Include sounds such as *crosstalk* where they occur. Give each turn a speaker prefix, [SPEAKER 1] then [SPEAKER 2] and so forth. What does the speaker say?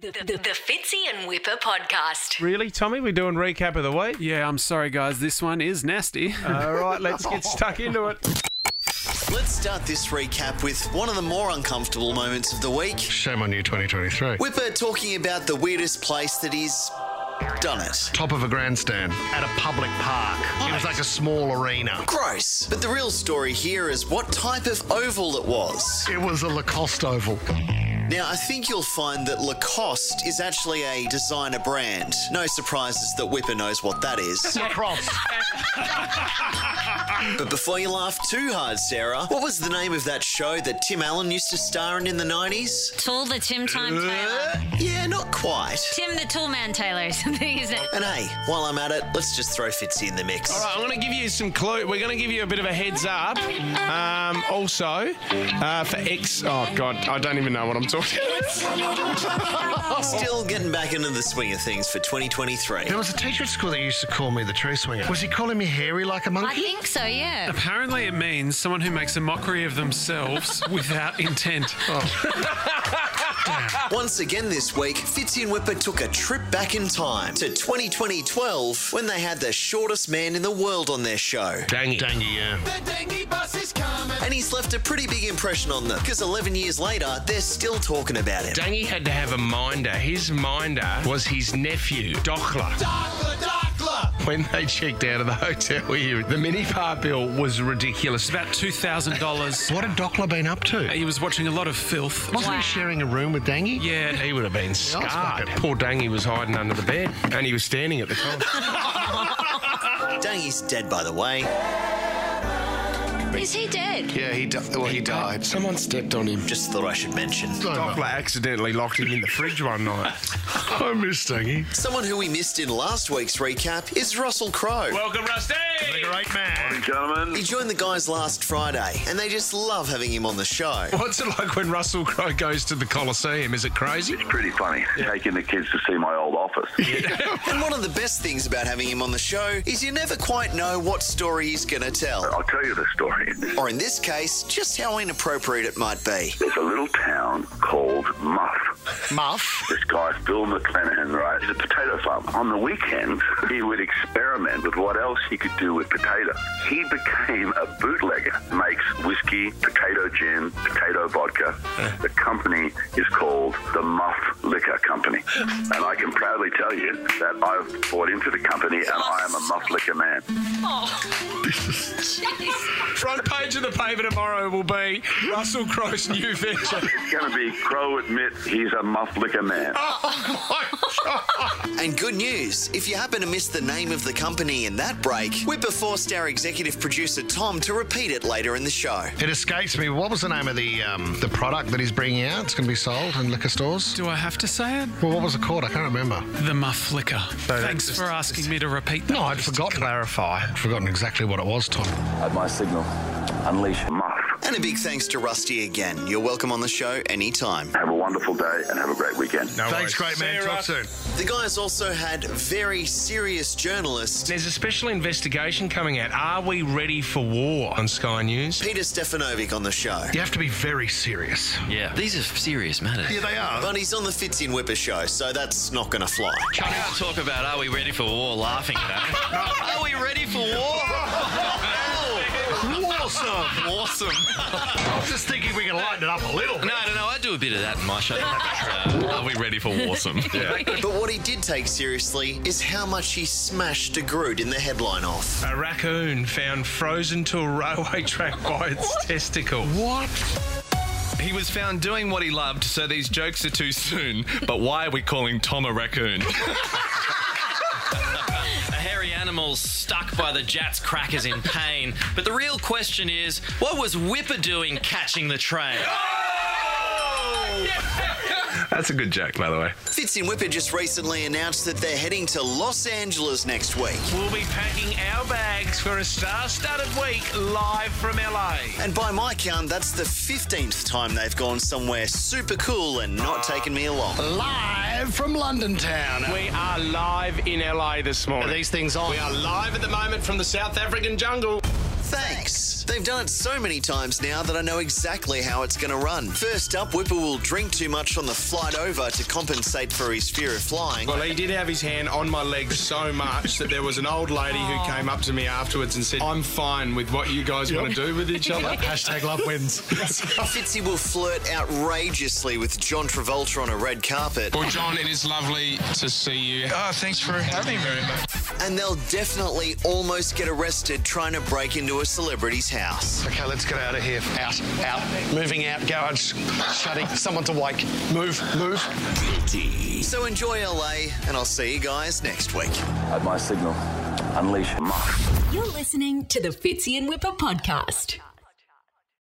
[SPEAKER 1] The, the, the Fitzy and Whipper podcast.
[SPEAKER 2] Really, Tommy? We're doing recap of the week?
[SPEAKER 3] Yeah, I'm sorry, guys. This one is nasty.
[SPEAKER 2] *laughs* All right, let's get stuck into it.
[SPEAKER 4] Let's start this recap with one of the more uncomfortable moments of the week.
[SPEAKER 5] Shame on you, 2023.
[SPEAKER 4] Whipper talking about the weirdest place that he's done it.
[SPEAKER 5] Top of a grandstand at a public park. It was like a small arena.
[SPEAKER 4] Gross. But the real story here is what type of oval it was.
[SPEAKER 5] It was a Lacoste oval.
[SPEAKER 4] Now, I think you'll find that Lacoste is actually a designer brand. No surprises that Whipper knows what that is.
[SPEAKER 5] Lacrosse.
[SPEAKER 4] *laughs* but before you laugh too hard, Sarah, what was the name of that show that Tim Allen used to star in in the 90s?
[SPEAKER 6] Tool the Tim Time Taylor.
[SPEAKER 4] Yeah, not quite.
[SPEAKER 6] Tim the Tool Man Taylor or *laughs* something, isn't it?
[SPEAKER 4] And hey, while I'm at it, let's just throw Fitzy in the mix.
[SPEAKER 2] All right, I'm going to give you some clue. We're going to give you a bit of a heads up. Um, also, uh, for X. Oh, God, I don't even know what I'm talking
[SPEAKER 4] Still getting back into the swing of things for 2023.
[SPEAKER 5] There was a teacher at school that used to call me the tree swinger. Was he calling me hairy like a
[SPEAKER 6] I
[SPEAKER 5] monkey?
[SPEAKER 6] think so, yeah.
[SPEAKER 3] Apparently, it means someone who makes a mockery of *laughs* themselves without intent.
[SPEAKER 4] Once again this week, Fitzy and Whipper took a trip back in time to 2012 when they had the shortest man in the world on their show.
[SPEAKER 5] Dangy. Dangy, yeah.
[SPEAKER 4] And he's left a pretty big impression on them because 11 years later, they're still talking about him.
[SPEAKER 7] Dangy had to have a minder. His minder was his nephew, Dockler. When they checked out of the hotel, you- the mini bar bill was ridiculous.
[SPEAKER 3] About $2,000.
[SPEAKER 5] What had Dockler been up to?
[SPEAKER 3] He was watching a lot of filth.
[SPEAKER 5] Wasn't he sharing a room with Dangy?
[SPEAKER 3] Yeah.
[SPEAKER 7] He would have been scarred. Poor Dangy was hiding under the bed, and he was standing at the time. *laughs*
[SPEAKER 4] Dangy's dead, by the way.
[SPEAKER 6] Is he dead?
[SPEAKER 8] Yeah, he di- well, he died.
[SPEAKER 7] Someone stepped on him.
[SPEAKER 4] Just thought I should mention.
[SPEAKER 7] Dockler accidentally locked him in the fridge one night.
[SPEAKER 5] I miss Dangy.
[SPEAKER 4] Someone who we missed in last week's recap is Russell Crowe.
[SPEAKER 7] Welcome, Rusty.
[SPEAKER 5] The great man.
[SPEAKER 9] Gentlemen,
[SPEAKER 4] he joined the guys last Friday, and they just love having him on the show.
[SPEAKER 7] What's it like when Russell Crowe goes to the Colosseum? Is it crazy?
[SPEAKER 9] it's pretty funny taking the kids to see my old office.
[SPEAKER 4] And one of the best things about having him on the show is you never quite know what story he's going to tell.
[SPEAKER 9] I'll tell you the story.
[SPEAKER 4] Or in this case, just how inappropriate it might be.
[SPEAKER 9] There's a little town called Muff.
[SPEAKER 8] Muff.
[SPEAKER 9] This guy, Bill McClanahan, right? He's a potato farmer. On the weekends, he would experiment with what else he could do with potato. He became a bootlegger. Makes whiskey, potato gin, potato vodka. The company is called the Muff Liquor Company. And I can proudly tell you that I've bought into the company and I am a Muff Liquor man.
[SPEAKER 1] Oh. *laughs*
[SPEAKER 7] Front page of the paper tomorrow will be Russell Crowe's new venture.
[SPEAKER 9] It's going to be Crow admit he's a Muff Liquor man.
[SPEAKER 4] And good news if you happen to miss the name of the company in that break, Whipper forced our executive producer Tom to repeat it later in the show.
[SPEAKER 5] It escapes me. What was the name of the um, the product that he's bringing out? It's going to be sold in liquor stores.
[SPEAKER 3] Do I have to say it?
[SPEAKER 5] Well, what was it called? I can't remember.
[SPEAKER 3] The muff liquor. Thanks
[SPEAKER 5] that's
[SPEAKER 3] for
[SPEAKER 5] just-
[SPEAKER 3] asking me to repeat that.
[SPEAKER 5] No, Oh, I'd forgotten. Clarify. I'd forgotten exactly what it was, Tom.
[SPEAKER 9] At my signal, unleash Muff.
[SPEAKER 4] And a big thanks to Rusty again. You're welcome on the show anytime.
[SPEAKER 9] Have a wonderful day and have a great weekend.
[SPEAKER 5] Thanks, great man. Talk soon.
[SPEAKER 4] The guys also had very serious journalist
[SPEAKER 7] There's a special investigation coming out. Are we ready for war on Sky News?
[SPEAKER 4] Peter Stefanovic on the show.
[SPEAKER 5] You have to be very serious.
[SPEAKER 10] Yeah, these are serious matters.
[SPEAKER 5] Yeah, they are.
[SPEAKER 4] But he's on the Fitzy and Whipper show, so that's not going to fly.
[SPEAKER 10] I can't talk about are we ready for war laughing
[SPEAKER 7] *laughs*
[SPEAKER 10] though. are we ready for war?
[SPEAKER 5] Awesome.
[SPEAKER 10] awesome.
[SPEAKER 5] I was just thinking we can lighten it up a little.
[SPEAKER 10] No, no, no, I do a bit of that in my show. Uh, are we ready for
[SPEAKER 7] *laughs*
[SPEAKER 10] warsome? Yeah.
[SPEAKER 4] But what he did take seriously is how much he smashed a Groot in the headline off.
[SPEAKER 7] A raccoon found frozen to a railway track by its testicle. What?
[SPEAKER 10] He was found doing what he loved, so these jokes are too soon. But why are we calling Tom a raccoon? a hairy animal stuck by the Jats crackers in pain. But the real question is, what was Whipper doing catching the train?
[SPEAKER 7] Oh! That's a good joke, by the way.
[SPEAKER 4] Fitz and Whipper just recently announced that they're heading to Los Angeles next week.
[SPEAKER 7] We'll be packing our bags for a star-studded week live from LA.
[SPEAKER 4] And by my count, that's the 15th time they've gone somewhere super cool and not taken me along.
[SPEAKER 8] Live from London town.
[SPEAKER 7] We are live in LA this
[SPEAKER 8] Are
[SPEAKER 7] morning.
[SPEAKER 8] these things on?
[SPEAKER 7] We are live at the moment from the South African jungle.
[SPEAKER 4] Thanks. They've done it so many times now that I know exactly how it's going to run. First up, Whipper will drink too much on the flight over to compensate for his fear of flying.
[SPEAKER 7] Well, he did have his hand on my leg so much that there was an old lady who came up to me afterwards and said, I'm fine with what you guys want to do with each *laughs* other.
[SPEAKER 4] Hashtag
[SPEAKER 7] love wins.
[SPEAKER 4] Fitzy will flirt outrageously with John Travolta on a red carpet.
[SPEAKER 11] Well, John, it is lovely to see you. Oh, thanks for having me.
[SPEAKER 4] And they'll definitely almost get arrested trying to break into a celebrity's house.
[SPEAKER 5] Okay, let's get out of here. Out, out. Moving out, garage, shutting. Someone's awake. Move, move.
[SPEAKER 4] So enjoy LA, and I'll see you guys next week.
[SPEAKER 9] At my signal, unleash.
[SPEAKER 1] You're listening to the Fitzy and Whipper podcast.